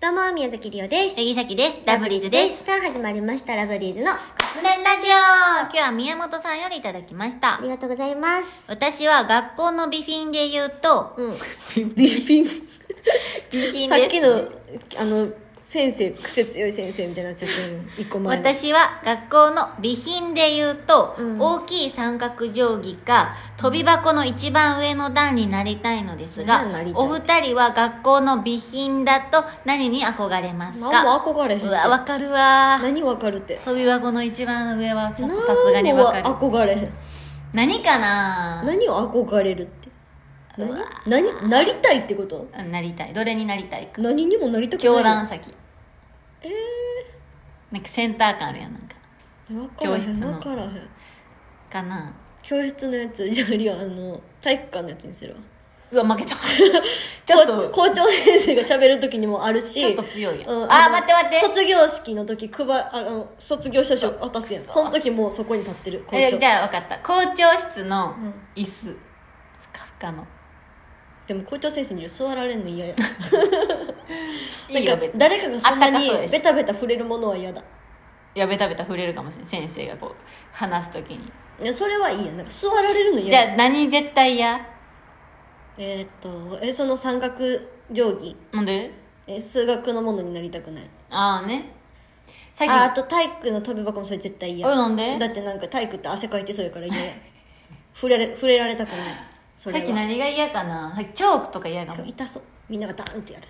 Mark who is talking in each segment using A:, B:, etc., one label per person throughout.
A: どうも、宮崎りおです。
B: 柳崎です。ラブリーズです。。
A: さあ、始まりました、ラブリーズの。あ
B: カップ麺ラジオ今日は宮本さんよりいただきました。
A: りがとうございます。
B: 私は学校の備品で言う と、
A: うん。ビビン。
B: 備品
A: さっ
B: で
A: き
B: す。
A: の、あの、先生、癖強い先生みたいになっちゃってる一個前の。
B: 私は学校の備品で言うと、
A: うん
B: 大きい三角定規か飛び箱の一番上の段になりたいのですが
A: 何になりたい
B: お二人は学校の備品だと何に憧れます
A: 何
B: か
A: も憧れへんって
B: うわわかるわ
A: 何わかるって。
B: 飛び箱の一番上はちょっ
A: 何
B: と
A: も
B: さすがにわかる
A: 憧れへん。
B: 何かな
A: 何を憧れるって。
B: う
A: 何
B: わ
A: 何なりたいってこと
B: なりたいどれになりたいか
A: 何にもなりたくないよ。
B: 教団先
A: え
B: なんかセンター感あるやんなんか
A: ー、わからへ
B: 教室
A: ん、
B: の
A: わからへん。
B: かな
A: 教室のやつ、じゃあ、りおあの、体育館のやつにするわ。
B: うわ負けた ちょっと
A: こ校長先生が喋る時にもあるし
B: ちょっと強いやん、
A: うん
B: あ
A: の
B: ー待って待って
A: 卒業式の時配あの卒業写真渡すやん
B: そう
A: その時もうそこに立ってる校
B: え
A: 長
B: じゃあ分かった校長室の
A: うん
B: 椅子、ふかふかの
A: でも校長先生に座られんの嫌や
B: いい
A: な
B: よ
A: んか
B: 別に
A: 誰かがそんなに
B: あったかそうやし
A: ベタベタ触れるものは嫌だ
B: いやベタベタ触れるかもしれない先生がこう話すときに
A: いやそれはいいやんなんか座られるの
B: じ
A: 嫌
B: ゃ
A: や
B: あ何絶対嫌
A: えー、っとえその三角定規
B: なんで
A: え数学のものになりたくない
B: ああねさ
A: ああ
B: っき
A: と体育の飛び箱もそれ絶対嫌
B: おいなんで
A: だってなんか体育って汗かいてそうやから嫌や触れられ触れられたくないそれは
B: さっき何が嫌かなさっきチョークとか嫌か
A: しか
B: も
A: も痛そうみんながダーンってやる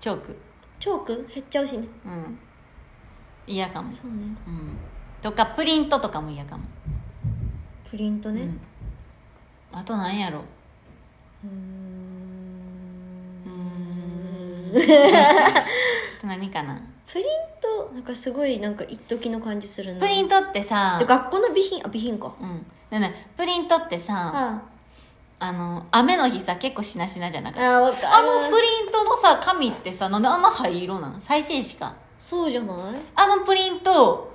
B: チョーク
A: チョーク減っちゃうしね
B: うん嫌かも
A: そうね
B: うんとかプリントとかも嫌かも
A: プリントね
B: うんあとなんやろ
A: うーん
B: うーんあと何かな
A: プリントなんかすごいなんか一時の感じするな
B: プリントってさ
A: で学校の備品あ備品か
B: うんねえねえプリントってさ
A: あ
B: あの雨の日さ結構しなしなじゃな
A: あ
B: く
A: あ
B: て
A: ーわか
B: あのプ
A: リン
B: リントのさ紙ってさなんであんな灰色なん再生紙か
A: そうじゃない
B: あのプリント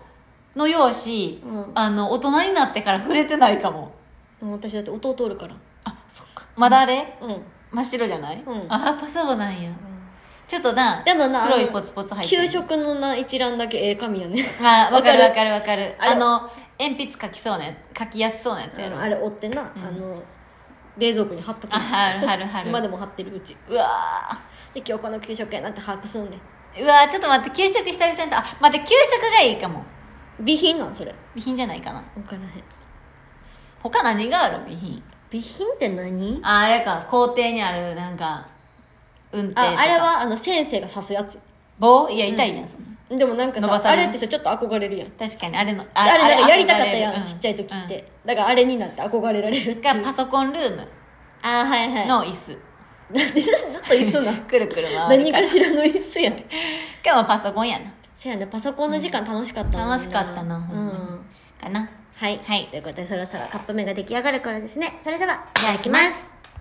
B: の用紙、
A: うん
B: あの大人になってから触れてないかも
A: でも私だって弟おるから
B: あそっかまだあれ
A: うん
B: 真っ白じゃない、
A: うん
B: ああそうなんやちょっとな
A: でもな
B: 黒
A: あ
B: い
A: の
B: ポツポツ入ってる
A: 給食のな一覧だけええ紙やね
B: あわかる
A: わ
B: わ
A: か
B: かるわかる
A: あれ
B: あの鉛筆書きそうなやつ書きやすそうなやつ
A: あ
B: やろ
A: のあれ折ってな、あの冷蔵庫に貼っとく
B: あはるはるはる
A: 今でも貼ってるうち
B: うわ
A: で今日この給食やなって把握すんで
B: ーうわーちょっと待って給食久々にあ待って給食がいいかも
A: 備品なんそれ
B: 備品じゃないかな
A: 分からへん
B: 他何がある備品
A: 備品って何
B: ああれか校庭にあるなんか運転
A: あ
B: とか
A: あれはあの先生が刺すやつ
B: 棒いや痛いやん、そんな
A: でもなんか
B: 伸ば
A: さ
B: さ
A: あれ
B: れ
A: っ
B: る
A: て
B: し
A: さちょっと憧れるやんあ
B: 確かにあれのあ
A: れなんかやりたかっ
B: あ
A: た
B: れ
A: やん、
B: うん
A: ちっちゃい時って、だからあれになって憧れられるっ
B: うん
A: てい
B: が
A: う
B: パソコンルーム
A: あーはいはい
B: の椅子、
A: なんでずっと 椅子な
B: くるくる回る
A: 何
B: から
A: かしらの椅子や ん
B: 今日はパソコンやな
A: せやねパソコンの時間楽しかったもんな
B: 楽しかったなほん
A: う
B: まに
A: ん
B: かな
A: はい、
B: はい
A: ということでそろそろカップ麺が出来上がる頃ですねそれではいただきます